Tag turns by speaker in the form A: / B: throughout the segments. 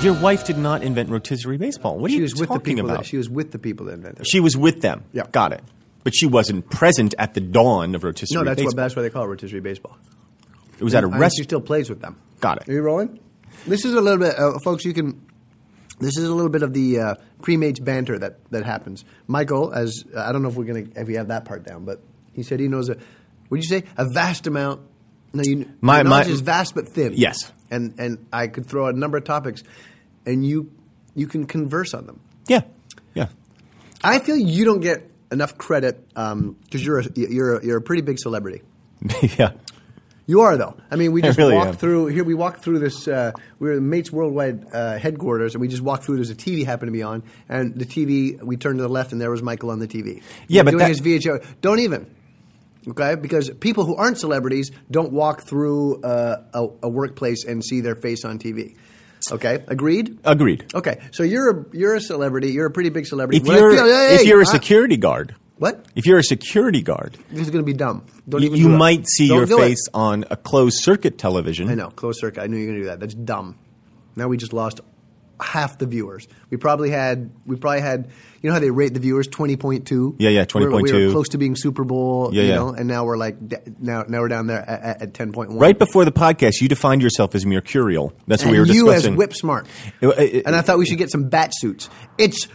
A: Your wife did not invent rotisserie baseball. What are
B: She
A: you
B: was with the
A: talking
B: people.
A: about?
B: That, she was with the people that invented it.
A: She was with them.
B: Yeah.
A: Got it. But she wasn't present at the dawn of rotisserie
B: no, that's what,
A: baseball.
B: that's why they call it rotisserie baseball.
A: it was at a
B: I mean, she
A: restaurant.
B: still plays with them.
A: Got it.
B: Are you rolling? This is a little bit, uh, folks. You can. This is a little bit of the uh, pre-mates banter that that happens. Michael, as I don't know if we're gonna if we have that part down, but he said he knows a. Would you say a vast amount? No, you.
A: My-
B: your knowledge
A: my-
B: is vast but thin.
A: Yes.
B: And and I could throw out a number of topics, and you you can converse on them.
A: Yeah. Yeah.
B: I feel you don't get enough credit because you're a, you're a, you're a pretty big celebrity.
A: yeah.
B: You are though. I mean, we
A: I
B: just
A: really
B: walked
A: am.
B: through here. We walked through this. Uh, we were at Mates Worldwide uh, headquarters, and we just walked through. There's a TV happened to be on, and the TV. We turned to the left, and there was Michael on the TV.
A: Yeah, but
B: doing
A: that-
B: his VHO. Don't even. Okay, because people who aren't celebrities don't walk through uh, a, a workplace and see their face on TV. Okay, agreed.
A: Agreed.
B: Okay, so you're a you're a celebrity. You're a pretty big celebrity.
A: If
B: What I
A: you're
B: feel- hey,
A: if you're a
B: I-
A: security guard,
B: what?
A: if you're a security guard,
B: This is going to be dumb. Don't
A: you,
B: even.
A: you
B: do it.
A: might see
B: Don't
A: your
B: do it.
A: face on a closed circuit television.
B: I know, closed circuit. I knew you were going to do that. That's dumb. Now we just lost half the viewers. We probably had we probably had you know how they rate the viewers twenty point two.
A: Yeah, yeah,
B: We were
A: 20.2.
B: close to being Super Bowl.
A: Yeah,
B: you
A: yeah.
B: know, and now we're like d- now now we're down there at, at ten point one.
A: Right before the podcast, you defined yourself as mercurial. That's what
B: and
A: we were
B: you
A: discussing.
B: as whip smart.
A: It- it-
B: and I thought we should get some bat suits. It's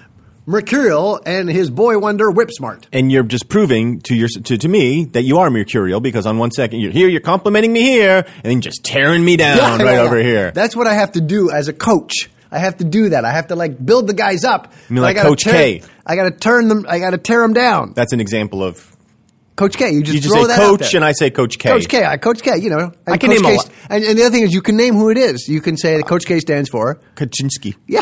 B: Mercurial and his boy wonder whip smart.
A: and you're just proving to your to, to me that you are mercurial because on one second you're here, you're complimenting me here, and then just tearing me down
B: Yeah,
A: right
B: yeah,
A: over
B: yeah.
A: here.
B: That's what I have to do as a coach. I have to do that. I have to like build the guys up.
A: You mean
B: But I
A: like
B: gotta
A: Coach
B: tear-
A: K?
B: I got to turn them. I got to tear them down.
A: That's an example of
B: Coach K, you just,
A: you just
B: throw
A: say
B: that out
A: coach,
B: there.
A: and I say Coach K.
B: Coach K, I, Coach K, you know, and
A: I can
B: Coach
A: name a
B: K,
A: lot.
B: And, and the other thing is, you can name who it is. You can say that Coach K stands for.
A: Kaczynski.
B: Yeah,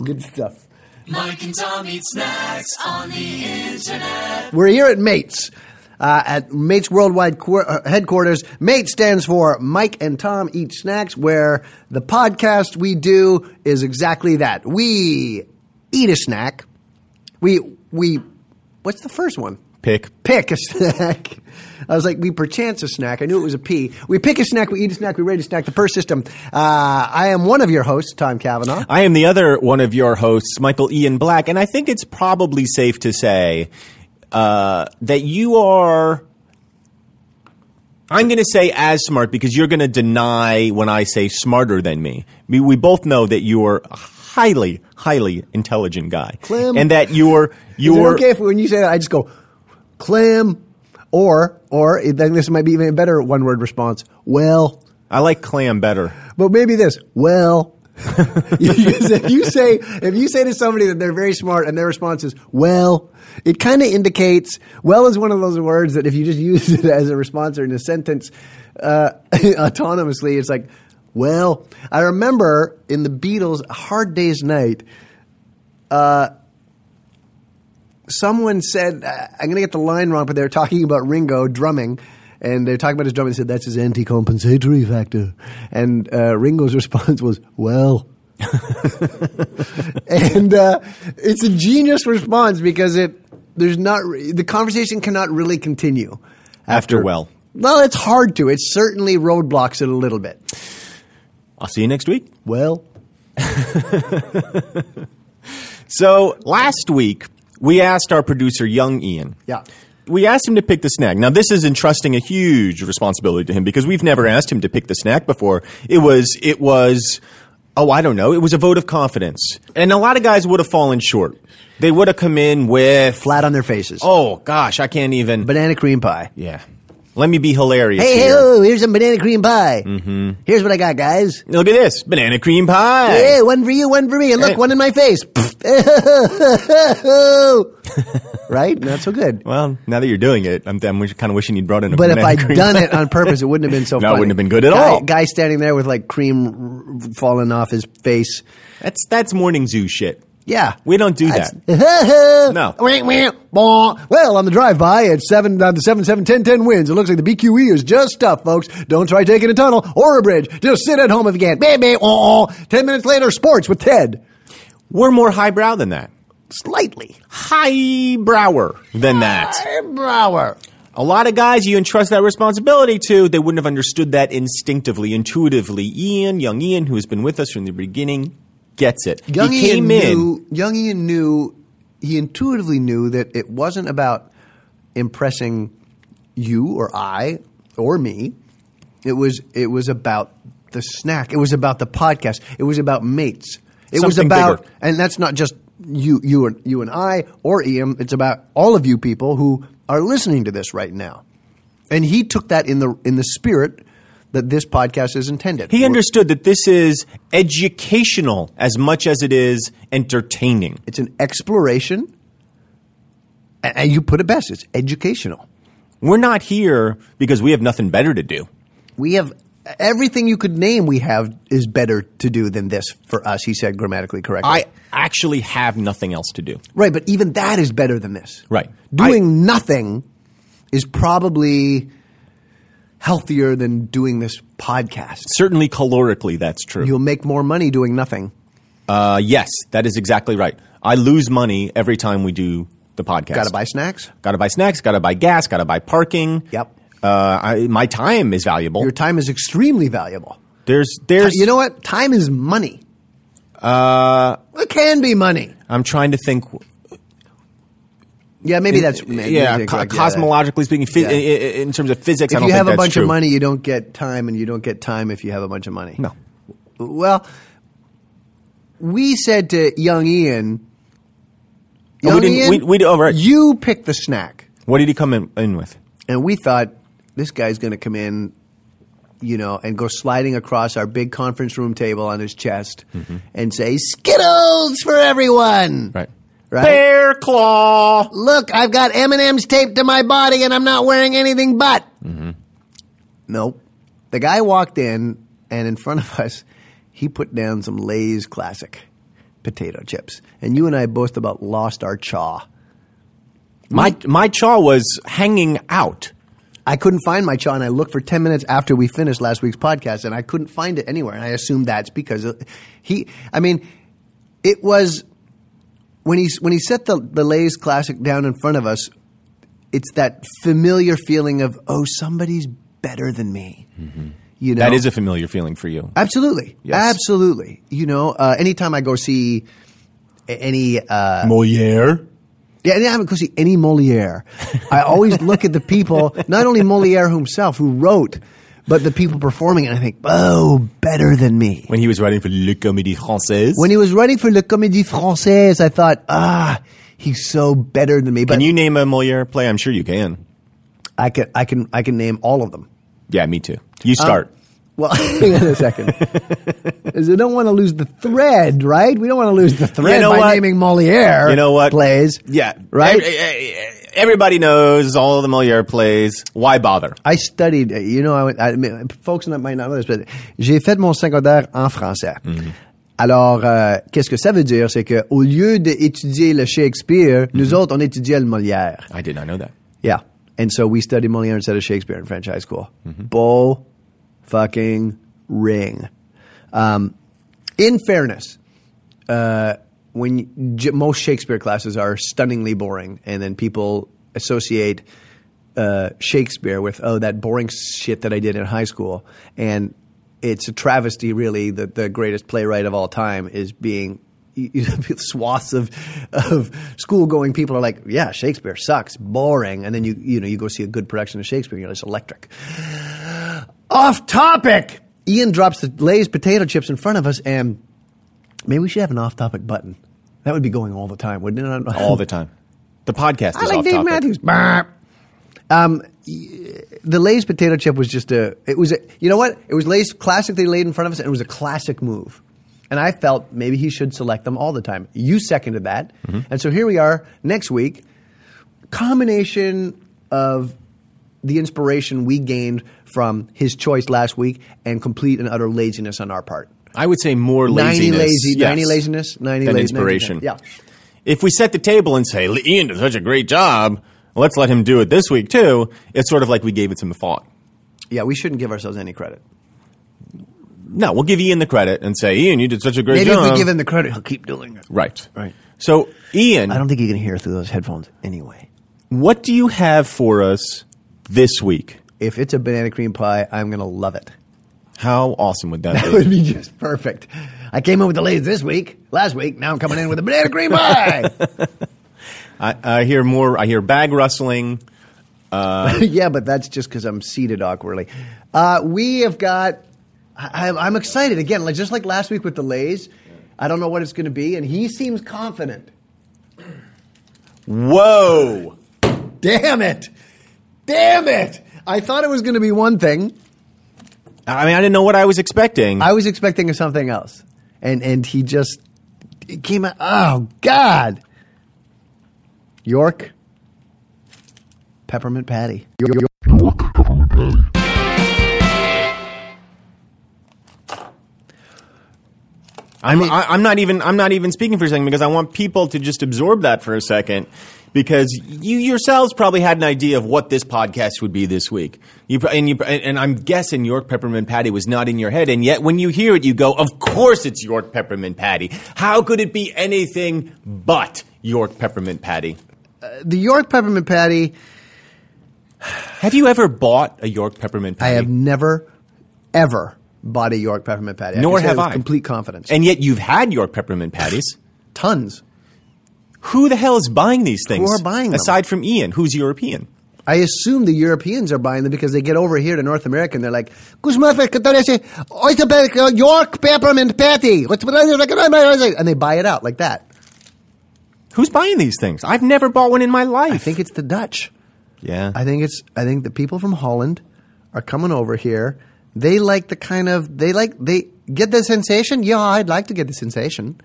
B: good stuff.
C: Mike and Tom eat snacks on the internet.
B: We're here at Mates. Uh, at Mates Worldwide Quar- uh, headquarters, Mates stands for Mike and Tom Eat Snacks, where the podcast we do is exactly that. We eat a snack. We we. What's the first one?
A: Pick.
B: pick a snack. I was like, we perchance a snack. I knew it was a P. We pick a snack, we eat a snack, we rate a snack. The per system. Uh, I am one of your hosts, Tom Cavanaugh.
A: I am the other one of your hosts, Michael Ian Black, and I think it's probably safe to say uh, that you are. I'm going to say as smart because you're going to deny when I say smarter than me. We, we both know that you are a highly, highly intelligent guy,
B: Clem.
A: and that you're
B: Is it
A: you're
B: okay if when you say that, I just go clam, or or then this might be even a better one word response. Well,
A: I like clam better.
B: but maybe this. Well. you, you say, you say if you say to somebody that they're very smart and their response is well it kind of indicates well is one of those words that if you just use it as a response or in a sentence uh, autonomously it's like well i remember in the beatles hard days night someone said, I- I'm going to get the line wrong, but they were talking about Ringo drumming. And they were talking about his drumming. They said, that's his anti compensatory factor. And uh, Ringo's response was, well. and uh, it's a genius response because it there's not re- the conversation cannot really continue
A: After well.
B: Well, it's hard to. It certainly roadblocks it a little bit.
A: I'll see you next week.
B: Well,
A: So last week, we asked our producer, Young Ian.
B: yeah.
A: We asked him to pick the snack. Now, this is entrusting a huge responsibility to him because we've never asked him to pick the snack before. It was, it was, oh, I don't know. It was a vote of confidence. And a lot of guys would have fallen short. They would have come in with,
B: Flat on their faces.
A: oh gosh, I can't even.
B: Banana cream pie.
A: yeah. Let me be hilarious.
B: Hey, hey,
A: here.
B: oh, here's some banana cream pie. Mm-hmm. Here's what I got, guys.
A: Look at this banana cream pie.
B: Hey, one for you, one for me, and look,
A: Hey.
B: one in my face. right? Not so good.
A: Well, now that you're doing it, I'm, I'm kind of wishing you'd brought in a
B: But if
A: banana
B: I'd
A: cream
B: done
A: pie.
B: it on purpose, it wouldn't have been so
A: No, it
B: funny.
A: wouldn't have been good at
B: Guy-
A: all.
B: Guy standing there with like cream r- falling off his face.
A: That's that's morning zoo shit.
B: Yeah.
A: We don't do
B: That's-
A: that.
B: no. Well, on the drive-by at 7, uh, the 7, 7, 10, 10 wins, it looks like the BQE is just stuff, folks. Don't try taking a tunnel or a bridge. Just sit at home if you can. Baby, oh, 10 minutes later, sports with Ted.
A: We're more highbrow than that.
B: Slightly.
A: Highbrower than that.
B: Brower.
A: A lot of guys you entrust that responsibility to, they wouldn't have understood that instinctively, intuitively. Ian, young Ian, who has been with us from the beginning, gets it.
B: Young
A: he
B: Ian
A: came in.
B: knew. Young Ian knew. He intuitively knew that it wasn't about impressing you or I or me. It was. It was about the snack. It was about the podcast. It was about mates. It was
A: Something
B: about,
A: bigger.
B: and that's not just you, you and you and I or Ian. It's about all of you people who are listening to this right now. And he took that in the in the spirit that this podcast is intended.
A: He
B: for.
A: understood that this is educational as much as it is entertaining.
B: It's an exploration, and, and you put it best. It's educational.
A: We're not here because we have nothing better to do.
B: We have everything you could name. We have is better to do than this for us. He said grammatically correctly.
A: I actually have nothing else to do.
B: right, but even that is better than this.
A: Right.
B: doing nothing is probably healthier than doing this podcast.
A: Certainly calorically, that's true.
B: You'll make more money doing nothing.
A: Uh, yes, that is exactly right. I lose money every time we do the podcast.
B: Got to buy snacks.
A: Got to buy snacks. Got to buy gas. Got to buy parking.
B: Yep.
A: Uh, I, my time is valuable.
B: Your time is extremely valuable.
A: there's, there's.
B: You know what? Time is money. Uh, it can be money.
A: I'm trying to think.
B: Yeah, maybe that's maybe
A: yeah,
B: that's
A: co-
B: correct. Yeah, that-
A: cosmologically speaking, phy-
B: Yeah.
A: i- i- in terms of physics, I
B: If
A: don't
B: you
A: think
B: have a
A: that's
B: bunch
A: true.
B: of money, you don't get time, and you don't get time if you have a bunch of money.
A: no.
B: Well, we said to young Ian,
A: Oh, we
B: young
A: didn't-
B: Ian,
A: we- we- oh, right.
B: you pick the snack,
A: What did he come in, in with?
B: and we thought this guy's going to come in, you know, and go sliding across our big conference room table on his chest and say Skittles for everyone,
A: Mm-hmm. Right.
B: Right?
A: Bear claw.
B: look, I've got M and M's taped to my body, and I'm not wearing anything but. Mm-hmm. Nope. The guy walked in, and in front of us, he put down some Lay's classic potato chips, and you and I both about lost our chaw. Mm-hmm.
A: My my chaw was hanging out.
B: I couldn't find my chaw, and I looked for ten minutes after we finished last week's podcast, and I couldn't find it anywhere. And I assume that's because of- he. I mean, it was when he when he set the the Lay's classic down in front of us. It's that familiar feeling of oh, somebody's better than me. You know
A: Mm-hmm. That is a familiar feeling for you.
B: absolutely,
A: Yes.
B: absolutely. You know, uh, anytime I go see a- any uh,
A: Moliere.
B: yeah, and I haven't see any Moliere. I always look at the people, not only Moliere himself who wrote, but the people performing it. And I think, oh, better than me.
A: When he was writing for Le Comédie Française.
B: When he was writing for Le Comédie Française, I thought, ah, he's so better than me. But
A: can you name a Moliere play? I'm sure you can.
B: I can, I can, I can name all of them.
A: Yeah, me too. You start.
B: Well, hang on a second. 'Cause I don't want to lose the thread, right? We don't want to lose the thread
A: know
B: by
A: what?
B: naming Moliere.
A: you know what?
B: Plays.
A: Yeah.
B: Right?
A: Ev- e- e- Everybody knows all the Moliere plays. Why bother?
B: I studied, uh, you know, I, went- I, mean, folks not- might not know this, but j'ai fait mon secondaire en français. Alors, euh, qu'est-ce que ça veut dire? C'est que au lieu d'étudier le Shakespeare, nous autres, on étudiait le Molière.
A: I did not know that.
B: Yeah. And so we studied Molière instead of Shakespeare in French high school. Bull fucking ring. Um, in fairness, uh, when you- j- most Shakespeare classes are stunningly boring, and then people associate uh, Shakespeare with oh that boring shit that I did in high school, and it's a travesty really that the greatest playwright of all time is being. swaths of of school going people are like yeah Shakespeare sucks boring and then you you know you go see a good production of Shakespeare and you're like it's electric off topic. Ian drops the Lay's potato chips in front of us, and maybe we should have an off topic button. That would be going all the time, wouldn't it?
A: all the time. The podcast is
B: I like
A: off
B: Dave
A: topic.
B: Matthews. Bah. Um, y- the Lay's potato chip was just a. It was a. You know what? It was Lay's classic. They laid in front of us, and it was a classic move. And I felt maybe he should select them all the time. You seconded that,
A: Mm-hmm.
B: and so here we are next week. Combination of the inspiration we gained from his choice last week and complete and utter laziness on our part.
A: I would say more laziness.
B: Ninety lazy,
A: yes,
B: ninety laziness, ninety
A: than
B: la-
A: inspiration.
B: 90 yeah.
A: If we set the table and say Ian did such a great job, let's let him do it this week too. It's sort of like we gave it some thought.
B: Yeah, we shouldn't give ourselves any credit.
A: No, we'll give Ian the credit and say Ian, you did such a great
B: Maybe
A: job.
B: if we give him the credit, he'll keep doing it.
A: right,
B: Right.
A: So Ian,
B: I don't think you can hear through those headphones anyway.
A: what do you have for us this week?
B: If it's a banana cream pie, I'm going to love it.
A: How awesome would that
B: It
A: be?
B: would be just perfect. I came in with the ladies this week, last week. Now I'm coming in with a banana cream pie.
A: I, I hear more. I hear bag rustling.
B: yeah, but that's just because I'm seated awkwardly. Uh, we have got. I, I'm excited again, like just like last week with the Lays. I don't know what it's going to be, and he seems confident.
A: Whoa!
B: Damn it! Damn it! I thought it was going to be one thing.
A: I mean, I didn't know what I was expecting.
B: I was expecting something else, and and he just it came out. Oh God! York peppermint patty. York, York.
A: I'm, I, I'm not even I'm not even speaking for a second because I want people to just absorb that for a second because you yourselves probably had an idea of what this podcast would be this week. You pro- and you and and I'm guessing York Peppermint Patty was not in your head, and yet when you hear it, you go, "Of course, it's York Peppermint Patty. How could it be anything but York Peppermint Patty?"
B: The York peppermint patty.
A: Have you ever bought a York Peppermint
B: I
A: Patty?
B: have never, ever bought a York peppermint patty.
A: Nor
B: can say
A: have
B: that with
A: I.
B: Complete confidence.
A: and yet you've had York Peppermint Patties.
B: tons.
A: Who the hell is buying these things?
B: are buying them?
A: Aside from Ian, who's European.
B: I assume the Europeans are buying them because they get over here to North America and they're like, "Guzmán, ¿qué tal ese? Oyster pe- uh, York peppermint patty. What's- And they buy it out like that.
A: Who's buying these things? I've never bought one in my life.
B: I think it's the Dutch.
A: Yeah.
B: I think it's I think the people from Holland are coming over here. They like the kind of they like they get the sensation. Yeah, I'd like to get the sensation.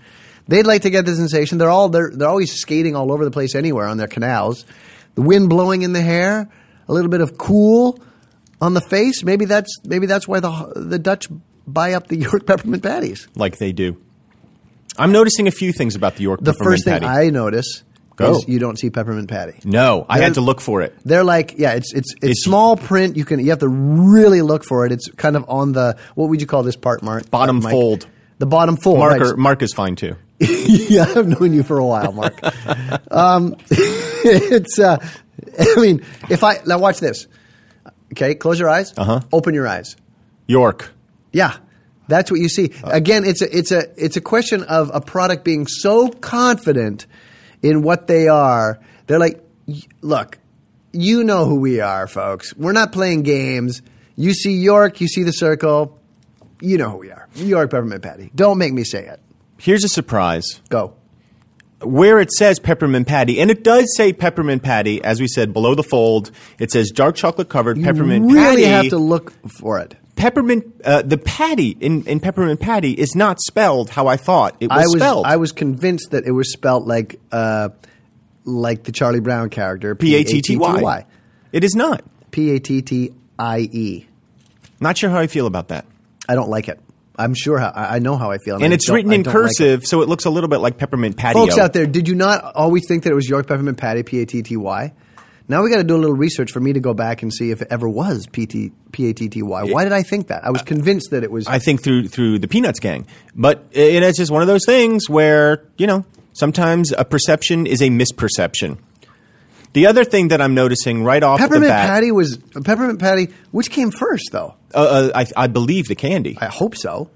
B: They'd like to get the sensation. They're all they're they're always skating all over the place anywhere on their canals. The wind blowing in the hair, a little bit of cool on the face. Maybe that's maybe that's why the the Dutch buy up the York peppermint patties.
A: like they do. I'm noticing a few things about the York
B: The
A: peppermint
B: first thing
A: patty.
B: I notice
A: Go.
B: is you don't see peppermint patty.
A: no, I had
B: There's-
A: to look for it.
B: They're like, yeah, it's, it's it's
A: It's-
B: small print. You can you have to really look for it. It's kind of on the what would you call this part, Mark?
A: Bottom
B: Mike?
A: fold.
B: The bottom fold.
A: Marker,
B: right.
A: Mark is fine too.
B: yeah, I've known you for a while, Mark. um, it's uh, I mean, if I now watch this. Okay, close your eyes.
A: Uh-huh.
B: Uh huh. Open your eyes.
A: York.
B: Yeah. That's what you see.
A: Uh.
B: Again, it's a, it's a it's a question of a product being so confident in what they are. They're like, "Y- look, you know who we are, folks. We're not playing games. You see York, you see the circle. You know who we are. York Peppermint Patty. Don't make me say it.
A: Here's a surprise.
B: Go.
A: Where it says peppermint patty, and it does say peppermint patty, as we said, below the fold, it says dark chocolate covered peppermint
B: you
A: patty.
B: really have to look for it.
A: peppermint, uh, the patty in, in peppermint patty is not spelled how I thought it was,
B: I was
A: spelled.
B: I was convinced that it was spelt like uh, like the Charlie Brown character
A: P A T T
B: E
A: Y. It is not.
B: P A T T I E.
A: Not sure how I feel about that.
B: I don't like it. I'm sure how I I know how I feel,
A: And
B: I
A: it's
B: don't-
A: written
B: I
A: in
B: don't like it.
A: cursive, so it looks a little bit like peppermint patty.
B: Folks out there, did you not always think that it was York Peppermint Patty P A T T Y? Now we got to do a little research for me to go back and see if it ever was P T P A T T Y. Why did I think that? I was convinced that it was.
A: I think through through the Peanuts gang. But it, it's just one of those things where you know sometimes a perception is a misperception. The other thing that I'm noticing right off the
B: Peppermint
A: bat,
B: patty was peppermint patty. Which came first, though?
A: uh, uh, I, I believe the candy.
B: I hope so.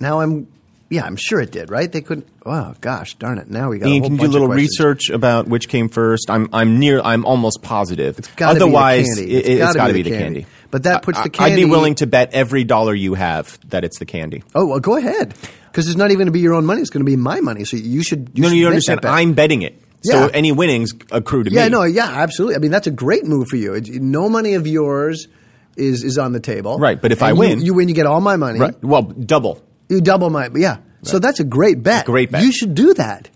B: Now I'm, yeah, I'm sure it did. Right? They couldn't. Oh gosh, darn it! Now we got. a
A: Ian,
B: whole
A: can you do a
B: bunch of
A: little
B: questions.
A: research about which came first? I'm I'm near. I'm almost positive. It's
B: gotta be the
A: Otherwise,
B: candy.
A: It,
B: It's
A: it's
B: gotta
A: got to be, the candy.
B: But that puts
A: I-
B: the
A: I- I'd be
B: candy-
A: willing to bet every dollar you have that it's the candy.
B: Oh well, go ahead. Because it's not even going to be your own money; it's going to be my money. So you should. You
A: no, no,
B: should
A: you
B: make
A: understand.
B: that bet.
A: I'm betting it. So
B: Yeah.
A: any winnings accrue to
B: Yeah,
A: me.
B: no, yeah, absolutely. I mean, that's a great move for you. It, no money of yours is is on the table.
A: Right, but if I
B: you-
A: win-
B: you win, you get all my money.
A: Right. Well, double.
B: You double my yeah. So that's a great bet.
A: great bet.
B: You should do that.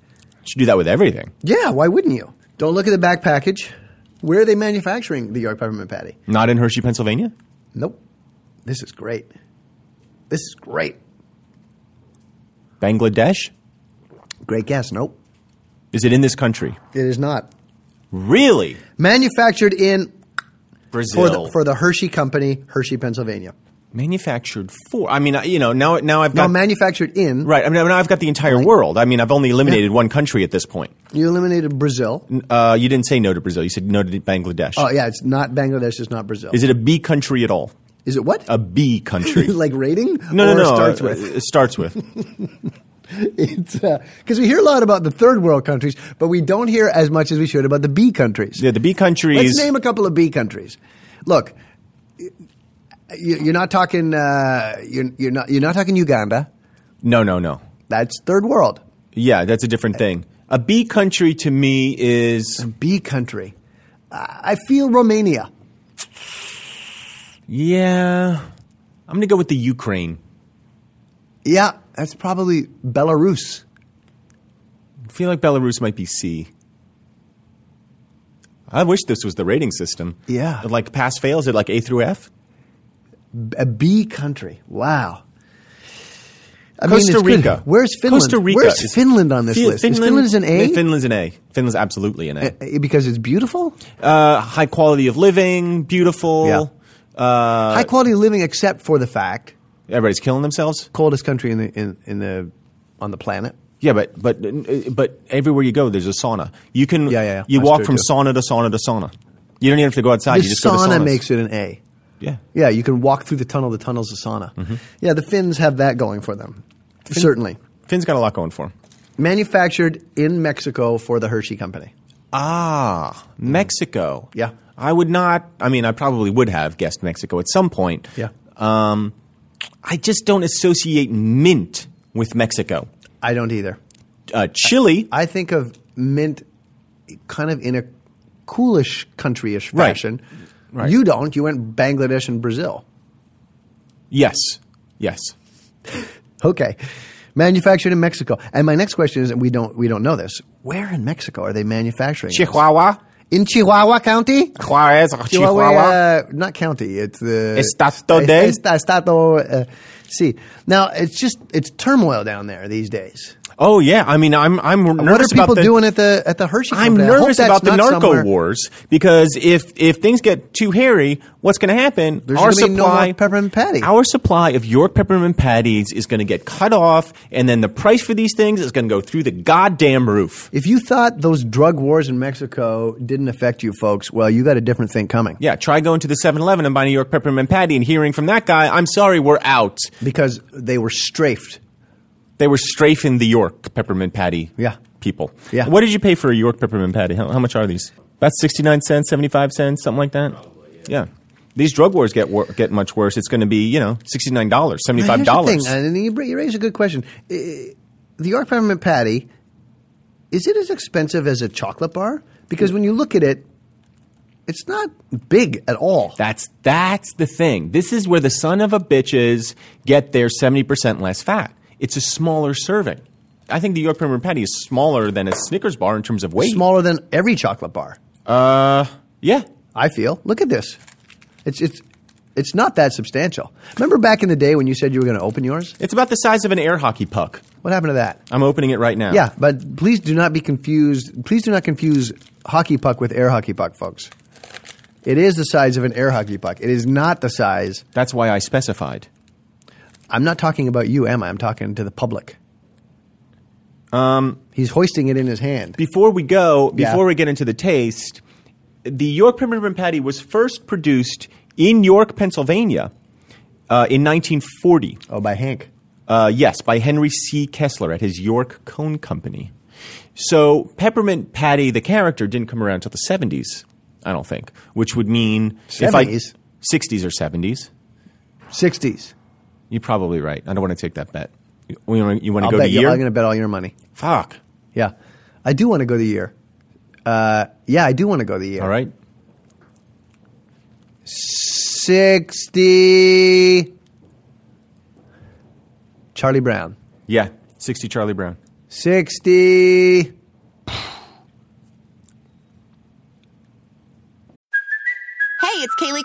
A: Should do that with everything.
B: Yeah, why wouldn't you? Don't look at the back package. Where are they manufacturing the York peppermint patty?
A: Not in Hershey, Pennsylvania.
B: Nope. This is great. This is great.
A: Bangladesh.
B: Great guess. Nope.
A: Is it in this country?
B: It is not.
A: Really?
B: Manufactured in
A: Brazil.
B: for the, for the Hershey Company, Hershey, Pennsylvania.
A: manufactured for. I mean, I- you know, now now I've
B: No,
A: got
B: manufactured in.
A: right. I mean, now I've got the entire world. I mean, I've only eliminated one country at this point.
B: You eliminated Brazil.
A: Uh, you didn't say no to Brazil. You said no to Bangladesh.
B: Oh yeah, it's not Bangladesh. It's not Brazil.
A: Is it a B country at all?
B: Is it what?
A: A B country?
B: like rating?
A: no, no,
B: or
A: no.
B: Starts
A: uh,
B: with
A: It starts with.
B: it's because we hear a lot about the third world countries, but we don't hear as much as we should about the B countries.
A: Yeah, the B countries.
B: Let's name a couple of B countries. Look, you- you're not talking. Uh, you're, you're not. You're not talking Uganda.
A: no, no, no.
B: That's third world.
A: Yeah, that's a different thing. A B country to me is
B: B country. I I feel Romania.
A: yeah. I'm gonna go with the Ukraine.
B: Yeah, that's probably Belarus.
A: I feel like Belarus might be C. I wish this was the rating system.
B: Yeah.
A: Like pass fails at like A through F.
B: A B country. Wow. I mean,
A: Costa
B: it's good.
A: Rica.
B: Where's Finland?
A: Costa Rica.
B: Where's
A: is-
B: Finland on this
A: Fi-
B: list? Is Finland is an A?
A: Yeah, Finland's an A. Finland's absolutely an A.
B: Uh, because it's beautiful.
A: Uh, high quality of living, beautiful. Uh,
B: High quality of living, except for the fact
A: everybody's killing themselves.
B: coldest country in the in, in the on the planet.
A: Yeah, but but uh, but everywhere you go, there's a sauna. You can
B: Yeah, yeah, yeah.
A: you
B: That's
A: walk
B: true,
A: from
B: too.
A: sauna to sauna to sauna. You don't even have to go outside.
B: The
A: Ah, you just go to
B: sauna
A: saunas.
B: makes it an A.
A: yeah.
B: Yeah, you can walk through the tunnel. The tunnel's a sauna.
A: Mm-hmm.
B: Yeah, the Finns have that going for them. Certainly,
A: Finn's got a lot going for him.
B: manufactured in Mexico for the Hershey Company.
A: Ah, Mexico.
B: Yeah.
A: I would not. I mean, I probably would have guessed Mexico at some point.
B: Yeah.
A: Um, I just don't associate mint with Mexico.
B: I don't either.
A: Uh, Chile.
B: I think of mint, kind of in a coolish countryish
A: Right.
B: fashion.
A: Right.
B: You don't. You went Bangladesh and Brazil.
A: yes. Yes.
B: Okay. Manufactured in Mexico. And my next question is, and we don't we don't know this. Where in Mexico are they manufacturing? this?
A: Chihuahua.
B: In Chihuahua County?
A: Juarez. Chihuahua.
B: Chihuahua, uh, not county. It's the
A: Estado de-
B: Est- Estado. Uh, see, now it's just it's turmoil down there these days.
A: Oh yeah. I mean, I'm I'm nervous
B: what are people
A: about the,
B: doing at the at the Hershey?
A: I'm
B: Company? I hope
A: nervous
B: that's
A: about the
B: not
A: narco
B: somewhere-
A: wars because if if things get too hairy, what's going to happen?
B: There's
A: our
B: gonna be no
A: supply
B: more peppermint patty.
A: Our supply of York peppermint patties is going to get cut off, and then the price for these things is going to go through the goddamn roof.
B: If you thought those drug wars in Mexico didn't affect you folks, well, you got a different thing coming.
A: Yeah, try going to the 7-Eleven and buying a York peppermint patty and hearing from that guy, "I'm sorry, we're out."
B: Because they were strafed.
A: They were strafing the York peppermint patty.
B: Yeah.
A: people.
B: Yeah.
A: What did you pay for a York peppermint patty? How, how much are these? About sixty nine cents, seventy five cents, something like that. yeah. These drug wars get wor- get much worse. It's going to be you know sixty nine dollars, seventy
B: Now,
A: five
B: here's the
A: dollars.
B: thing, uh, and you, bra- you raise a good question. Uh, The York peppermint patty is it as expensive as a chocolate bar? Because when you look at it, it's not big at all.
A: That's that's the thing. This is where the son of a bitches get their seventy percent less fat. It's a smaller serving. I think the York peppermint patty is smaller than a Snickers bar in terms of weight.
B: Smaller than every chocolate bar.
A: Uh, yeah.
B: I feel. Look at this. It's it's it's not that substantial. Remember back in the day when you said you were going to open yours?
A: It's about the size of an air hockey puck.
B: What happened to that?
A: I'm opening it right now.
B: Yeah, but please do not be confused. Please do not confuse hockey puck with air hockey puck, folks. It is the size of an air hockey puck. It is not the size
A: That's why I specified.
B: I'm not talking about you, am I? I'm talking to the public.
A: Um,
B: He's hoisting it in his hand.
A: Before we go,
B: Yeah.
A: before we get into the taste, the York Peppermint Patty was first produced in York, Pennsylvania, uh, in 1940.
B: Oh, by Hank.
A: Uh, yes, by Henry C. Kessler at his York Cone Company. So Peppermint Patty, the character, didn't come around until the 70s, I don't think, which would mean if I-
B: 70s?
A: 60s or 70s.
B: 60s.
A: You're probably right. I don't want to take that bet. You want to
B: I'll
A: go to
B: bet you,
A: year?
B: I'm going to bet all your money.
A: Fuck.
B: Yeah. I do want to go the year. Uh, yeah, I do want to go the year.
A: All right.
B: 60. Charlie Brown.
A: Yeah. 60 Charlie Brown.
B: 60.
D: Hey, it's Kaylee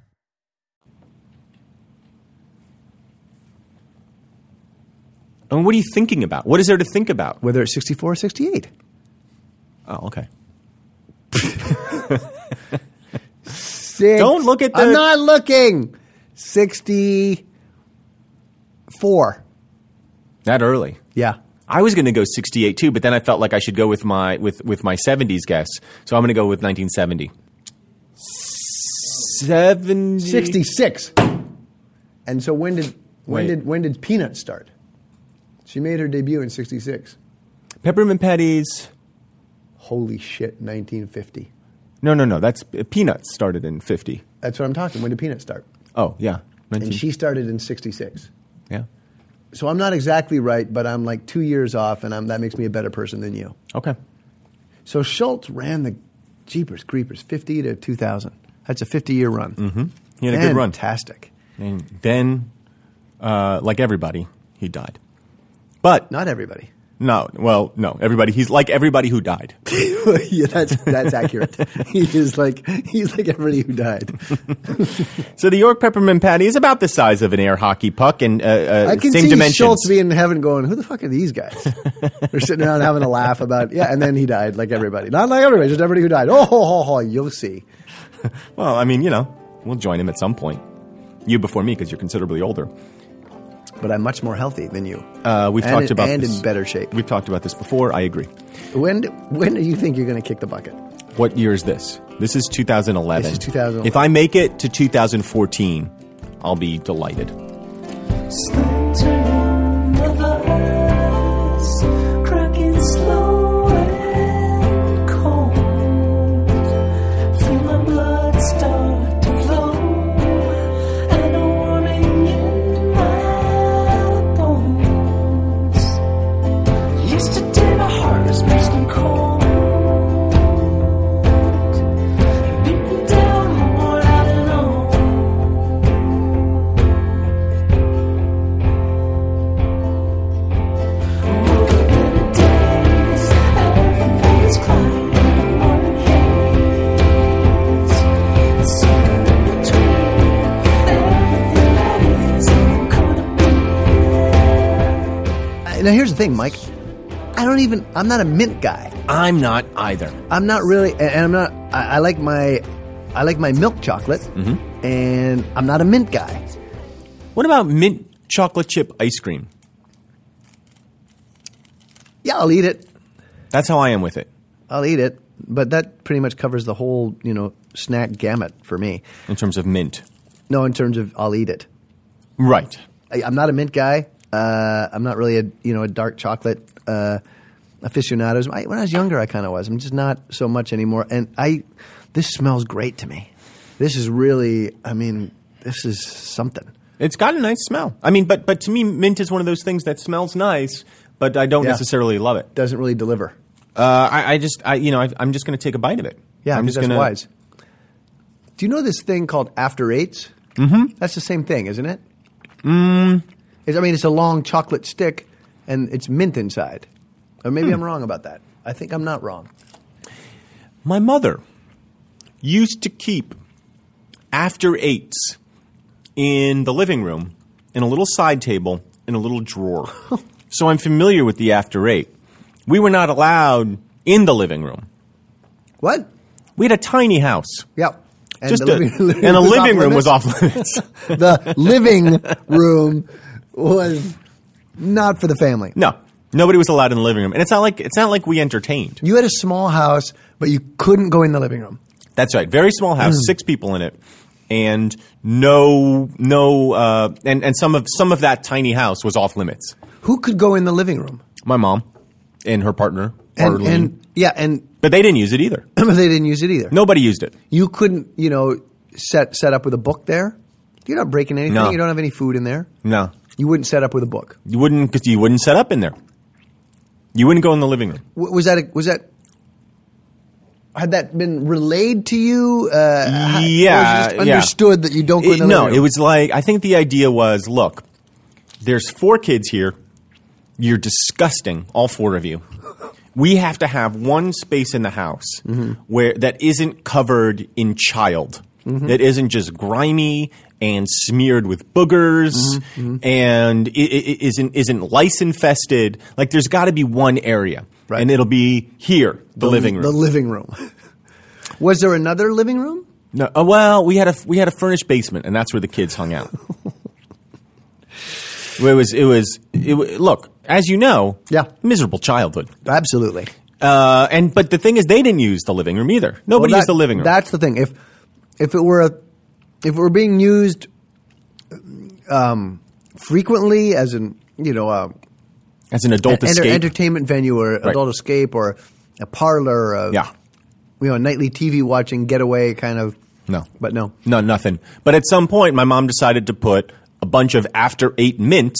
A: And what are you thinking about? What is there to think about?
B: Whether it's 64 or 68.
A: Oh, okay.
B: Six.
A: Don't look at the-
B: I'm not looking. 64.
A: That early.
B: Yeah.
A: I was going to go 68 too, but then I felt like I should go with my with with my 70s guess. So I'm going to go with 1970. 70
B: 66. And so when did when
A: Wait.
B: did when did Peanuts start? She made her debut in 66.
A: peppermint patties.
B: Holy shit, 1950.
A: No, no, no. That's uh, peanuts started in 50.
B: That's what I'm talking. When did Peanuts start?
A: Oh, yeah. 19.
B: And she started in 66.
A: yeah.
B: So I'm not exactly right, but I'm like 2 years off and I'm, that makes me a better person than you.
A: Okay.
B: So Schultz ran the Jeepers Creepers 50 to 2000. That's a 50 year run. Mm-hmm.
A: He had a good run.
B: Fantastic.
A: And then uh, like everybody, he died. But
B: Not everybody.
A: no, well, no. Everybody, he's like everybody who died.
B: yeah, that's that's accurate. he is like he's like everybody who died.
A: So the York peppermint patty is about the size of an air hockey puck and uh, uh,
B: I can
A: same
B: see
A: dimensions.
B: Schultz being in heaven going, who the fuck are these guys? They're sitting around having a laugh about, yeah, and then he died like everybody. Not like everybody, just everybody who died. Oh, ho, ho, ho, you'll see.
A: Well, I mean, you know, we'll join him at some point. You before me, because you're considerably older.
B: But I'm much more healthy than you.
A: Uh, we've
B: And-
A: talked about
B: and
A: this.
B: in better shape.
A: We've talked about this before. I agree.
B: When when do you think you're going to kick the bucket? Uh,
A: What year is this? This is 2011.
B: This is 2011.
A: If I make it to 2014, I'll be delighted.
E: Splintering the glass, cracking slow and cold. Feel my blood start to flow, and a warning in my bones. Yesterday my heart was beating cold. Beaten down, worn out and old.
B: Uh, Now here's the thing, Mike. I don't even. I'm not a mint guy.
A: I'm not either.
B: I'm not really, and and I'm not. I, I like my, I like my milk chocolate, and I'm not a mint guy.
A: What about mint chocolate chip ice cream?
B: Yeah, I'll eat it.
A: That's how I am with it.
B: I'll eat it. But that pretty much covers the whole, you know, snack gamut for me.
A: in terms of mint.
B: No, in terms of I'll eat it.
A: Right.
B: I, I'm not a mint guy. Uh, I'm not really a you know a dark chocolate. Uh, aficionados. I, when I was younger, I kind of was. I'm just not so much anymore. And I, this smells great to me. This is really, I mean, this is something.
A: It's got a nice smell. I mean, but but to me, mint is one of those things that smells nice, but I don't
B: Yeah.
A: necessarily love it.
B: Doesn't really deliver.
A: Uh, I, I just, I, you know, I, I'm just going to take a bite of it.
B: Yeah,
A: I'm
B: I'm
A: just
B: that's
A: gonna-
B: wise. Do you know this thing called after eights? Mm-hmm. That's the same thing, isn't it? Mm. It's, I mean, it's a long chocolate stick, and it's mint inside. Or maybe
A: Hmm.
B: I'm wrong about that. I think I'm not wrong.
A: My mother used to keep after eights in the living room in a little side table in a little drawer. so I'm familiar with the after eight. We were not allowed in the living room.
B: What?
A: We had a tiny house.
B: Yeah. And
A: just
B: the
A: a-
B: living- living
A: and a
B: room was
A: living room was
B: off
A: off limits.
B: the living room was not for the family.
A: no, nobody was allowed in the living room, and it's not like it's not like we entertained.
B: You had a small house, but you couldn't go in the living room.
A: That's right. Very small house,
B: Mm.
A: six people in it, and no, no, uh, and and some of some of that tiny house was off limits.
B: Who could go in the living room?
A: My mom and her partner,
B: And,
A: Arlene.
B: and yeah, and
A: but they didn't use it either.
B: they didn't use it either.
A: Nobody used it.
B: You couldn't, you know, set set up with a book there. You're not breaking anything.
A: No.
B: You don't have any food in there.
A: No,
B: You wouldn't set up with a book.
A: you wouldn't because you wouldn't set up in there. You wouldn't go in the living room.
B: W- was that a, was that had that been relayed to you? Uh, how- or was it
A: Yeah,
B: just
A: yeah.
B: understood that you don't go in the
A: It- no,
B: living room?
A: it was like I think the idea was: look, there's four kids here. You're disgusting, all four of you. We have to have one space in the house
B: Mm-hmm.
A: where that isn't covered in child,
B: Mm-hmm.
A: that isn't just grimy and smeared with boogers,
B: Mm-hmm.
A: and i- i- i- isn't isn't lice infested. Like there's got to be one area,
B: Right.
A: and it'll be here, the, living room.
B: The living room. was there another living room?
A: No, uh, well, we had a we had a furnished basement, and that's where the kids hung out. it was it was it, wa- look as you know,
B: Yeah.
A: miserable childhood.
B: Absolutely.
A: Uh, and but the thing is, they didn't use the living room either. Nobody
B: Well,
A: used
B: that-
A: the living room.
B: That's the thing. If if it were a, if it were being used um, frequently as an you know uh, a
A: as an adult
B: enter-
A: escape.
B: entertainment venue or adult escape or a parlor or a,
A: yeah,
B: you know nightly TV watching getaway kind of
A: no,
B: but no
A: no, nothing. But at some point, my mom decided to put a bunch of after eight mints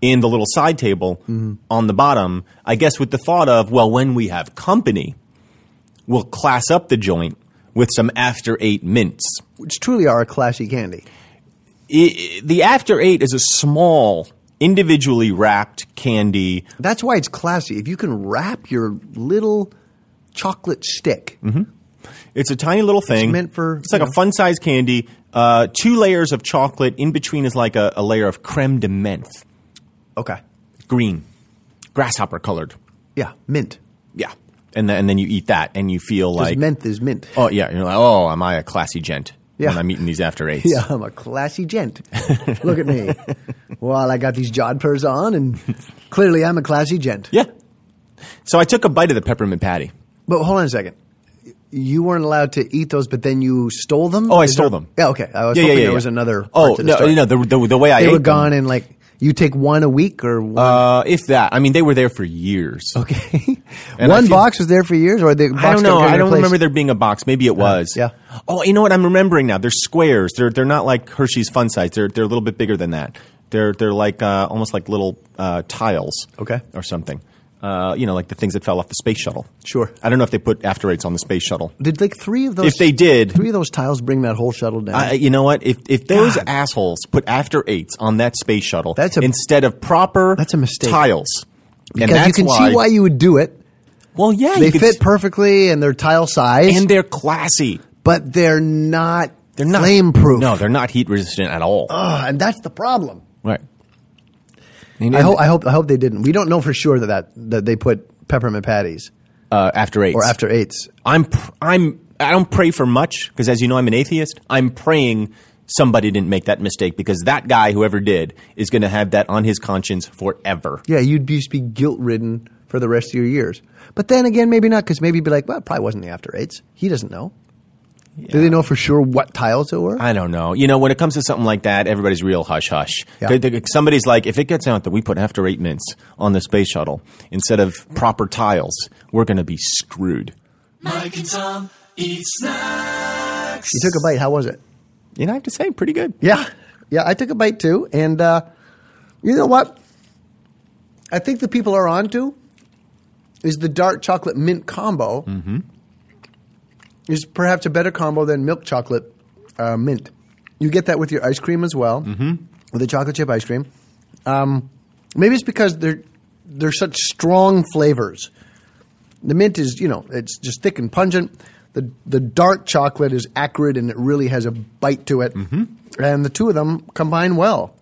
A: in the little side table
B: Mm-hmm.
A: on the bottom. I guess with the thought of, well, when we have company, we'll class up the joint with some after eight mints.
B: which truly are a classy candy
A: I- the after eight is a small individually wrapped candy
B: that's why it's classy if you can wrap your little chocolate stick
A: Mm-hmm. it's a tiny little thing
B: meant for,
A: it's like
B: you
A: a
B: know.
A: fun size candy uh, two layers of chocolate in between is like a, a layer of creme de menthe
B: okay
A: green grasshopper colored
B: yeah mint
A: yeah and, th- and then you eat that and you feel
B: 'Cause
A: like
B: mint is mint
A: oh yeah you're like oh am i a classy gent
B: Yeah.
A: when i'm eating these after eights
B: yeah I'm a classy gent look at me well I got these jodhpurs on and clearly I'm a classy gent
A: yeah so i took a bite of the peppermint patty
B: but hold on a second. You weren't allowed to eat those, but then you stole them.
A: Oh, I
B: Is
A: stole
B: there-
A: them.
B: Yeah, okay. I was
A: yeah,
B: hoping
A: yeah, yeah,
B: there
A: yeah.
B: was another. part
A: Oh
B: to the
A: no,
B: story.
A: no, the, the, the way I
B: they
A: ate
B: were
A: them-
B: gone, and like you take one a week or one.
A: Uh, if that. I mean, they were there for years.
B: okay,
A: and I
B: one
A: feel-
B: box was there for years, or the box
A: I don't
B: got
A: know.
B: kind
A: I
B: of
A: don't
B: replaced?
A: remember there being a box. Maybe it was.
B: yeah.
A: Oh, you know what? I'm remembering now. They're squares. They're they're not like Hershey's Fun Size. They're they're a little bit bigger than that. They're they're like uh, almost like little uh, tiles.
B: Okay.
A: Or something. Uh, you know, like the things that fell off the space shuttle.
B: Sure.
A: I don't know if they put after eights on the space shuttle.
B: Did like three of those?
A: If they did-
B: three of those tiles bring that whole shuttle down.
A: I, you know what? If if those
B: God.
A: assholes put after eights on that space shuttle
B: That's a-
A: instead of proper
B: That's a mistake.
A: tiles, and
B: because
A: that's
B: you can see why you would do it.
A: Well, yeah,
B: They
A: you could
B: fit
A: s-
B: perfectly, and they're tile size,
A: and they're classy.
B: but they're not.
A: They're not
B: flame proof.
A: No, they're not heat resistant at all. Right.
B: and that's the problem.
A: And
B: I hope, I hope, I hope they didn't. We don't know for sure that that, that they put peppermint patties
A: uh, after eight
B: or after eights.
A: I'm pr- I'm I don't pray for much because as you know I'm an atheist. I'm praying somebody didn't make that mistake because that guy whoever did is going to have that on his conscience forever.
B: Yeah, you'd be, just be guilt ridden for the rest of your years. But then again, maybe not because maybe you'd be like, well, it probably wasn't the after eights. He doesn't know. Do they know for sure what tiles it were?
A: I don't know. You know, when it comes to something like that, everybody's real hush hush.
B: Yeah.
A: Somebody's like, if it gets out that we put after eight minutes on the space shuttle instead of proper tiles, we're going to be screwed.
C: Mike and Tom eat snacks.
B: you took a bite. How was it?
A: And I have to say, pretty good.
B: Yeah, yeah, I took a bite too, and uh, you know what? I think the people are onto is the dark chocolate mint combo is perhaps a better combo than milk chocolate uh, mint. You get that with your ice cream as well, mm-hmm. with the chocolate chip ice cream. Um, maybe it's because they're they're such strong flavors. The mint is, you know, it's just thick and pungent. The the dark chocolate is acrid and it really has a bite to it. Mm-hmm. And the two of them combine well.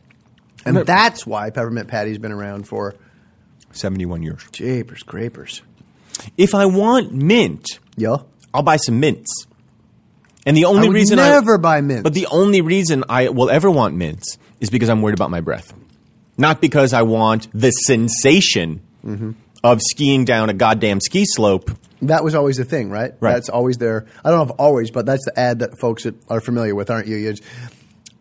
B: And that's why peppermint patty's been around for
A: 71 years.
B: japers crapers.
A: If I want mint,
B: Yo.
A: I'll buy some mints. And the only
B: would
A: reason
B: never
A: I,
B: buy mints.
A: But the only reason I will ever want mints is because I'm worried about my breath, not because I want the sensation
B: Mm-hmm.
A: of skiing down a goddamn ski slope.
B: That was always the thing, right?
A: Right.
B: That's always their. I don't know if always, but that's the ad that folks that are familiar with, aren't you? It's,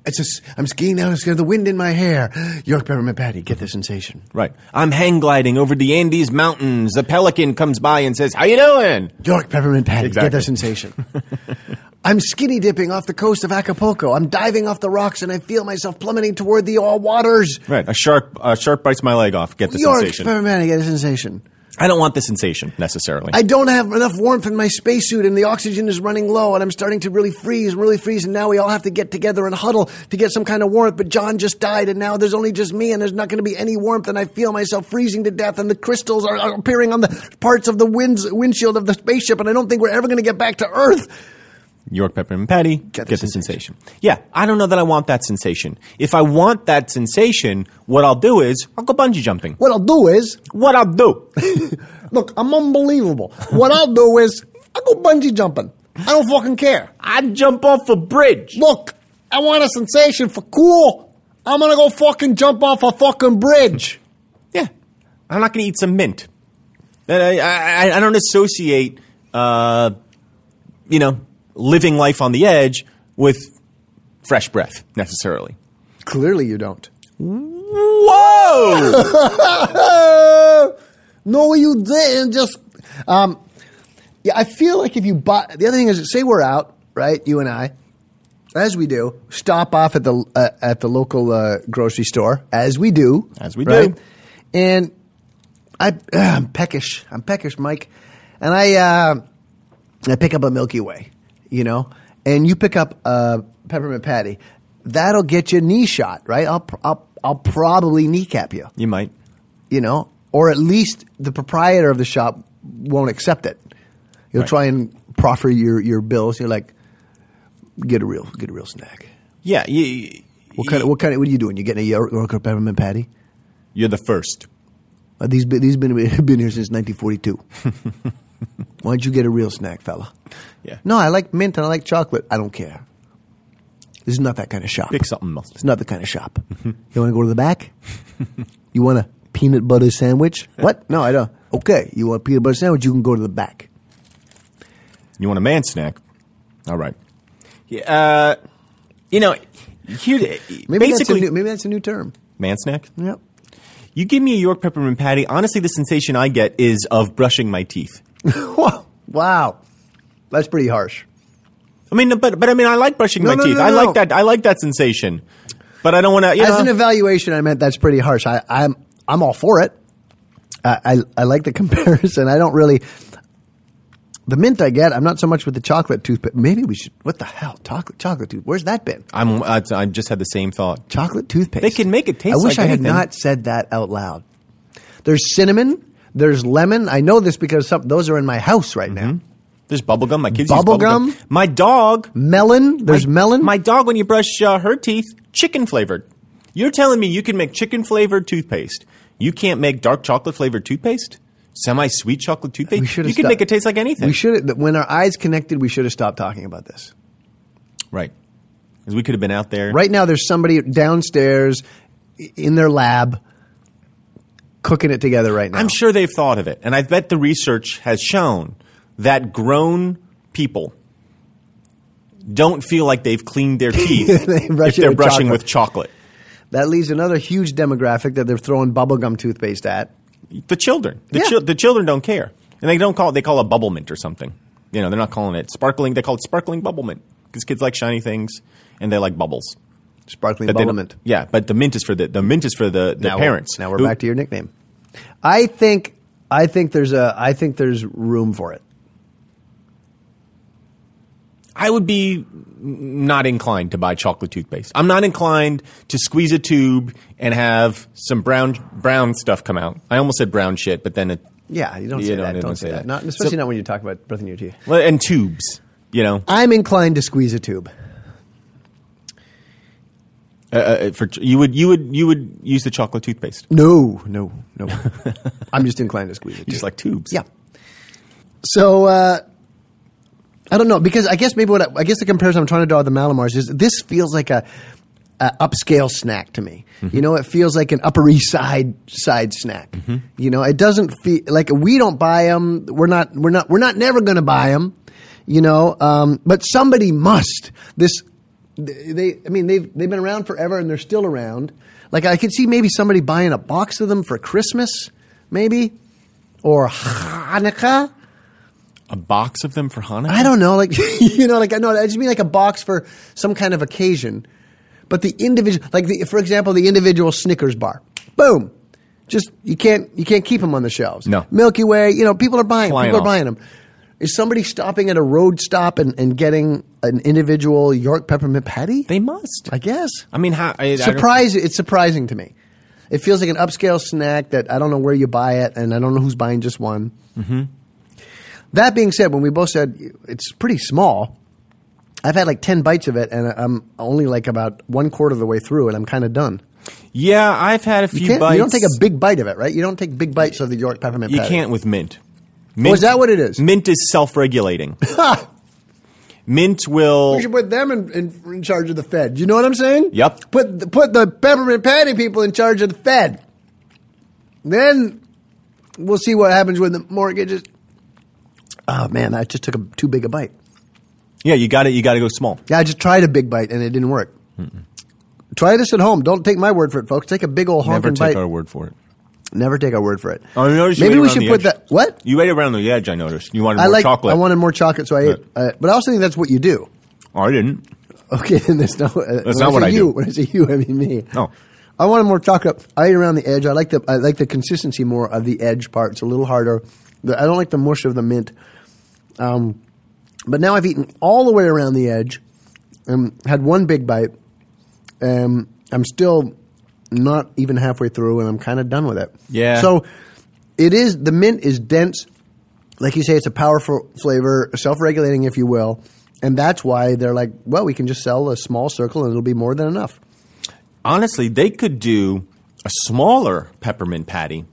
B: it's just I'm skiing now. It's got the wind in my hair. York peppermint patty, get the sensation.
A: Right. I'm hang gliding over the Andes Mountains. The pelican comes by and says, "How you doing?"
B: York peppermint patty, get
A: Exactly.
B: the sensation. I'm skinny dipping off the coast of Acapulco. I'm diving off the rocks, and I feel myself plummeting toward the all waters.
A: Right. A shark. A shark bites my leg off. Get the
B: York
A: sensation.
B: peppermint patty, get the sensation.
A: I don't want the sensation necessarily.
B: I don't have enough warmth in my spacesuit, and the oxygen is running low, and I'm starting to really freeze, really freeze, and now we all have to get together and huddle to get some kind of warmth. But John just died, and now there's only just me, and there's not going to be any warmth, and I feel myself freezing to death, and the crystals are, are appearing on the parts of the winds, windshield of the spaceship, and I don't think we're ever going to get back to Earth.
A: York peppermint patty. Get,
B: the
A: the sensation. Yeah. I don't know that I want that sensation. If I want that sensation, what I'll do is I'll go bungee jumping.
B: What I'll do is,
A: What I'll do.
B: look, I'm unbelievable. What I'll do is, I'll go bungee jumping. I don't fucking care.
A: I jump off a bridge.
B: Look, I want a sensation for cool. I'm going to go fucking jump off a fucking bridge.
A: Yeah, I'm not going to eat some mint. Uh, I, I, I don't associate, uh, you know, living life on the edge with fresh breath necessarily.
B: Clearly, you don't.
A: Whoa!
B: no, you didn't. Just, um, yeah, I feel like if you bought, the other thing is, say we're out, right? You and I, as we do, stop off at the uh, at the local uh, grocery store, as we do,
A: As we
B: right?
A: do.
B: and I, I'm peckish. I'm peckish, Mike, and I, uh, I pick up a Milky Way, you know, and you pick up a peppermint patty. That'll get you a knee shot, right? I'll, pr- I'll, I'll probably kneecap you
A: you might.
B: you know, or at least the proprietor of the shop won't accept it. You'll
A: Right.
B: try and proffer your, your bills. You're like, get a real get a real snack.
A: Yeah, you,
B: What kind of, what kind of, what are you doing? You getting a York, York or peppermint patty?
A: you're the first.
B: Uh, these been- these been been here since 1942. Why don't you get a real snack, fella?
A: Yeah.
B: No, I like mint and I like chocolate. I don't care. This is not that kind of shop.
A: Pick something else.
B: It's not the kind of shop. you want to go to the back? you want a peanut butter sandwich? What? No, I don't. Okay, you want a peanut butter sandwich? You can go to the back.
A: You want a man snack? All right. Yeah, uh, you know, here
B: Maybe
A: basically
B: that's a new, maybe that's a new term.
A: man snack.
B: Yep.
A: You give me a York peppermint patty. Honestly, the sensation I get is of brushing my teeth.
B: wow, that's pretty harsh.
A: I mean, but but I mean, I like brushing
B: No,
A: my
B: no,
A: teeth.
B: no,
A: I
B: no.
A: like that. I like that sensation. But I don't want to. You
B: As
A: know,
B: an evaluation, I meant that's pretty harsh. I, I'm I'm all for it. I, I I like the comparison. I don't really. The mint I get, I'm not so much with the chocolate tooth, but maybe we should. What the hell, chocolate chocolate tooth? Where's that been?
A: I'm. I, I just had the same thought.
B: chocolate toothpaste.
A: They can make it taste
B: I wish
A: like
B: I had
A: anything.
B: not said that out loud. There's cinnamon. There's lemon. I know this because some, those are in my house right now.
A: There's bubble gum. My kids
B: Bubble
A: use bubble gum.
B: gum?
A: My dog.
B: Melon. There's
A: my,
B: melon.
A: My dog, when you brush uh, her teeth, chicken flavored. You're telling me you can make chicken flavored toothpaste. You can't make dark chocolate flavored toothpaste. Semi sweet chocolate toothpaste.
B: we should.
A: you can make it taste like anything.
B: We should. When our eyes connected, we should have stopped talking about this.
A: Right. 'Cause we could have been out there.
B: Right now, there's somebody downstairs i- in their lab cooking it together right now.
A: I'm sure they've thought of it, and I bet the research has shown that grown people don't feel like they've cleaned their teeth
B: They brush
A: if
B: it
A: they're brushing
B: with chocolate.
A: with chocolate.
B: That leaves another huge demographic that they're throwing bubblegum toothpaste at.
A: The children, the,
B: Yeah.
A: chil- the children don't care, and they don't call it. They call it bubble mint or something. You know, they're not calling it sparkling. They call it sparkling bubble mint because kids like shiny things and they like bubbles.
B: Sparkling
A: But they don't-
B: bubblement.
A: Yeah, but the mint is for the the mint is for the, the
B: now,
A: parents.
B: Now we're
A: who-
B: back to your nickname. I think I think there's a I think there's room for it.
A: I would be n- not inclined to buy chocolate toothpaste. I'm not inclined to squeeze a tube and have some brown brown stuff come out. I almost said brown shit, but then it
B: Yeah, you don't
A: You
B: say
A: don't-
B: that.
A: you
B: Don't, say, that. Not especially not when you talk about breath in your teeth.
A: well, and tubes. You know,
B: I'm inclined to squeeze a tube.
A: uh, for you would you would you would use the chocolate toothpaste.
B: No, no, no. I'm just inclined to squeeze a tube.
A: You just like tubes.
B: Yeah. So uh, I don't know because I guess maybe what I, I guess the comparison I'm trying to draw with the Malamars is this feels like a, a upscale snack to me. You know, it feels like an Upper East Side side snack. You know, it doesn't feel like we don't buy them. We're not. We're not. We're not never going to buy them. You know, um, but somebody must. This they I mean they've they've been around forever and they're still around. Like I could see maybe somebody buying a box of them for Christmas, maybe or Hanukkah.
A: A box of them for Hanukkah.
B: I don't know, like you know, like I know I just mean like a box for some kind of occasion. But the individual, like the, for example, the individual Snickers bar, boom, just you can't you can't keep them on the shelves.
A: No.
B: Milky Way, you know, people are buying,
A: Flying
B: people are
A: off.
B: buying them. Is somebody stopping at a road stop and, and getting an individual York peppermint patty?
A: They must.
B: I guess.
A: I mean, how, I, I don't-
B: Surprise! It's surprising to me. It feels like an upscale snack that I don't know where you buy it, and I don't know who's buying just one. Mm-hmm. That being said, when we both said it's pretty small, I've had like ten bites of it, and I'm only like about one quarter of the way through, and I'm kind of done.
A: Yeah, I've had a
B: You,
A: few
B: can't,
A: bites.
B: you don't take a big bite of it, right? You don't take big bites of the York peppermint.
A: You
B: patty.
A: can't with mint.
B: Oh, is that what it is?
A: Mint is self-regulating. mint will.
B: You should put them in, in, in charge of the Fed. You know what I'm saying?
A: Yep.
B: Put the, put the peppermint patty people in charge of the Fed. Then we'll see what happens when the mortgages. Oh man, I just took a too big a bite.
A: Yeah, you got to You got to go small.
B: Yeah, I just tried a big bite and it didn't work. Try this at home. Don't take my word for it, folks. Take a big old
A: Never
B: honking
A: take
B: bite.
A: our word for it.
B: Never take our word for it.
A: I noticed you
B: Maybe
A: ate
B: we
A: around
B: should
A: the
B: put
A: edge.
B: that. What?
A: You ate around the edge. I noticed. You wanted
B: I
A: more
B: like.
A: chocolate.
B: I wanted more chocolate, so I ate. Uh, but I also think that's what you do.
A: Oh, I didn't.
B: Okay, then there's no. Uh,
A: That's
B: when
A: not what
B: say
A: I
B: you,
A: do.
B: When I say you, I mean me.
A: Oh.
B: I wanted more chocolate. I ate around the edge. I like the I like the consistency more of the edge part. It's a little harder. The, I don't like the mush of the mint. Um, but now I've eaten all the way around the edge. Um, had one big bite. Um, I'm still not even halfway through, and I'm kind of done with it.
A: Yeah.
B: So it is the mint is dense like you say, it's a powerful flavor, self-regulating, if you will, and that's why they're like, well, we can just sell a small circle and it'll be more than enough.
A: Honestly, they could do a smaller peppermint patty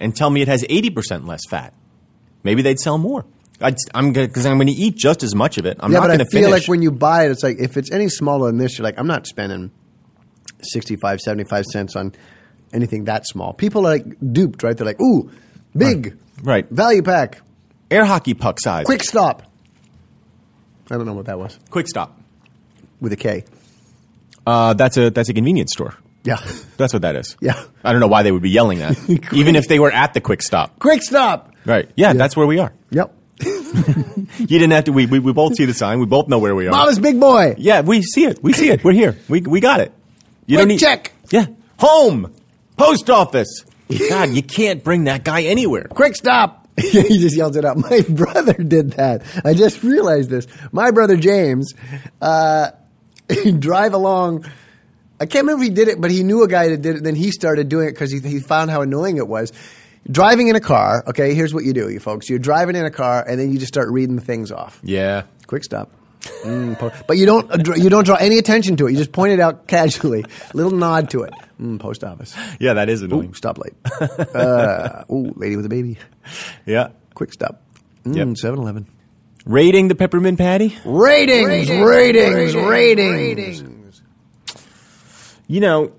A: and tell me it has eighty percent less fat. Maybe they'd sell more. I'd, I'm because I'm going to eat just as much of it. I'm
B: yeah,
A: not
B: but I
A: going to
B: feel
A: finish.
B: like when you buy it, it's like if it's any smaller than this, you're like, I'm not spending 65, 75 cents on anything that small. People are like duped, right? They're like, ooh, big,
A: Right.
B: value pack,
A: air hockey puck size.
B: quick stop. I don't know what that was
A: quick stop.
B: with a K.
A: Uh, that's a that's a convenience store.
B: Yeah,
A: That's what that is.
B: Yeah.
A: I don't know why they would be yelling that, even if they were at the quick stop.
B: quick stop.
A: Right. Yeah, that's where we are.
B: Yep,
A: You didn't have to. We, we, we both see the sign. We both know where we are.
B: Mama's big boy.
A: yeah, we see it. We see it. We're here. We, we got it. You
B: Quick check.
A: Yeah. Home. Post office. God, you can't bring that guy anywhere.
B: quick stop. he just yelled it out. My brother did that. I just realized this. My brother James, uh, he'd drive along. I can't remember if he did it, but he knew a guy that did it. Then he started doing it because he, he found how annoying it was. Driving in a car, okay, here's what you do, you folks. You're driving in a car, and then you just start reading the things off.
A: Yeah.
B: Quick stop. Mm, po- but you don't you don't draw any attention to it. You just point it out casually, little nod to it. Mm, post office.
A: Yeah, that is annoying.
B: Ooh, stoplight. Uh, ooh, lady with a baby.
A: Yeah.
B: Quick stop.
A: Yep.
B: Mm, 7 Eleven.
A: Rating the peppermint patty.
B: Ratings, ratings, ratings,
A: You know,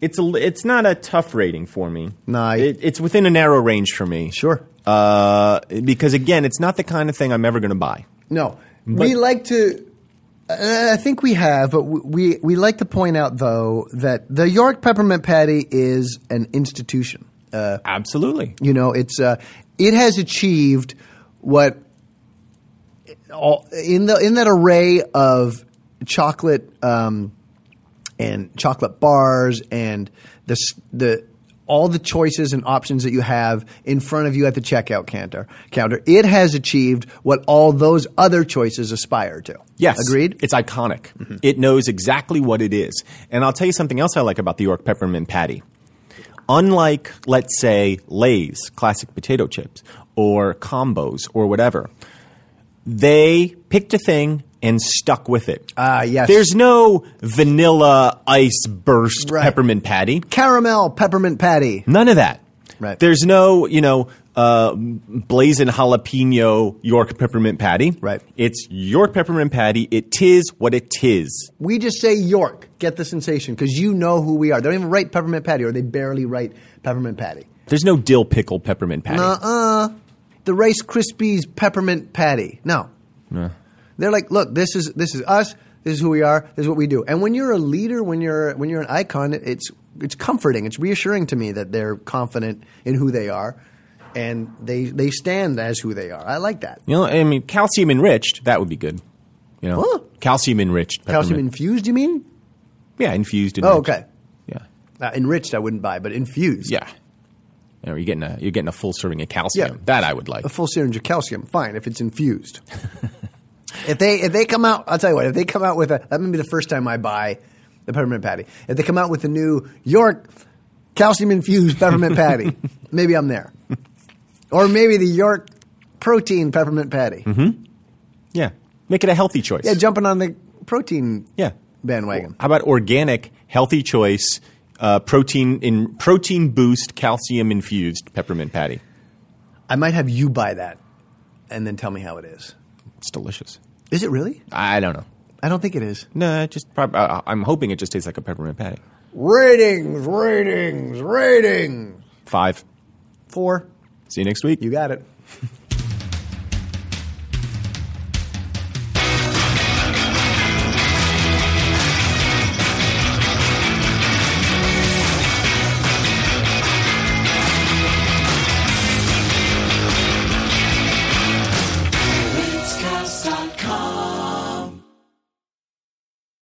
A: it's a, li- it's not a tough rating for me.
B: No, I-
A: it, it's within a narrow range for me.
B: Sure.
A: uh, because again, it's not the kind of thing I'm ever going to buy.
B: No, we like to. Uh, I think we have, but we, we we like to point out though that the York peppermint patty is an institution.
A: Absolutely.
B: You know, it's uh, it has achieved what all, in the in that array of chocolate um, and chocolate bars and the s- the all the choices and options that you have in front of you at the checkout counter counter it has achieved what all those other choices aspire to
A: Yes.
B: agreed Mm-hmm.
A: It's iconic. It knows exactly what it is. And I'll tell you something else I like about the York peppermint patty. Unlike, let's say, Lay's classic potato chips or combos or whatever, they picked a thing and stuck with it.
B: Ah, yes.
A: There's no vanilla ice burst
B: Right.
A: peppermint patty.
B: caramel peppermint patty
A: None of that.
B: Right.
A: There's no, you know, uh, blazing jalapeno York peppermint patty.
B: Right.
A: It's York peppermint patty. It tis what it tis.
B: We just say York. Get the sensation because you know who we are. They don't even write peppermint patty, or they barely write peppermint patty.
A: There's no dill pickle peppermint patty.
B: Uh, the Rice Krispies peppermint patty. No, they're like, look, this is this is us. This is who we are. This is what we do. And when you're a leader, when you're when you're an icon, it's it's comforting. It's reassuring to me that they're confident in who they are, and they they stand as who they are. I like that.
A: You know, I mean, calcium enriched. That would be good. You know,
B: Huh?
A: calcium enriched.
B: Calcium
A: peppermint.
B: infused, you mean?
A: yeah, infused.
B: Oh,
A: enriched.
B: okay.
A: Yeah,
B: Uh, enriched, I wouldn't buy, but infused.
A: yeah. You know, you're getting a you're getting a full serving of calcium.
B: Yeah.
A: That I would like.
B: a full syringe of calcium, fine if it's infused. if they if they come out, I'll tell you what. If they come out with a that may be the first time I buy the peppermint patty. If they come out with the new York calcium infused peppermint patty, maybe I'm there. Or maybe the York protein peppermint patty.
A: Yeah, make it a healthy choice.
B: Yeah, jumping on the protein
A: Yeah.
B: bandwagon.
A: How about organic, healthy choice, uh, protein in protein boost, calcium infused peppermint patty?
B: I might have you buy that and then tell me how it is.
A: It's delicious.
B: Is it really?
A: I don't know.
B: I don't think it is.
A: No, it just prob- I- I'm hoping it just tastes like a peppermint patty.
B: Ratings, ratings, ratings.
A: Five.
B: Four.
A: See you next week.
B: You got it.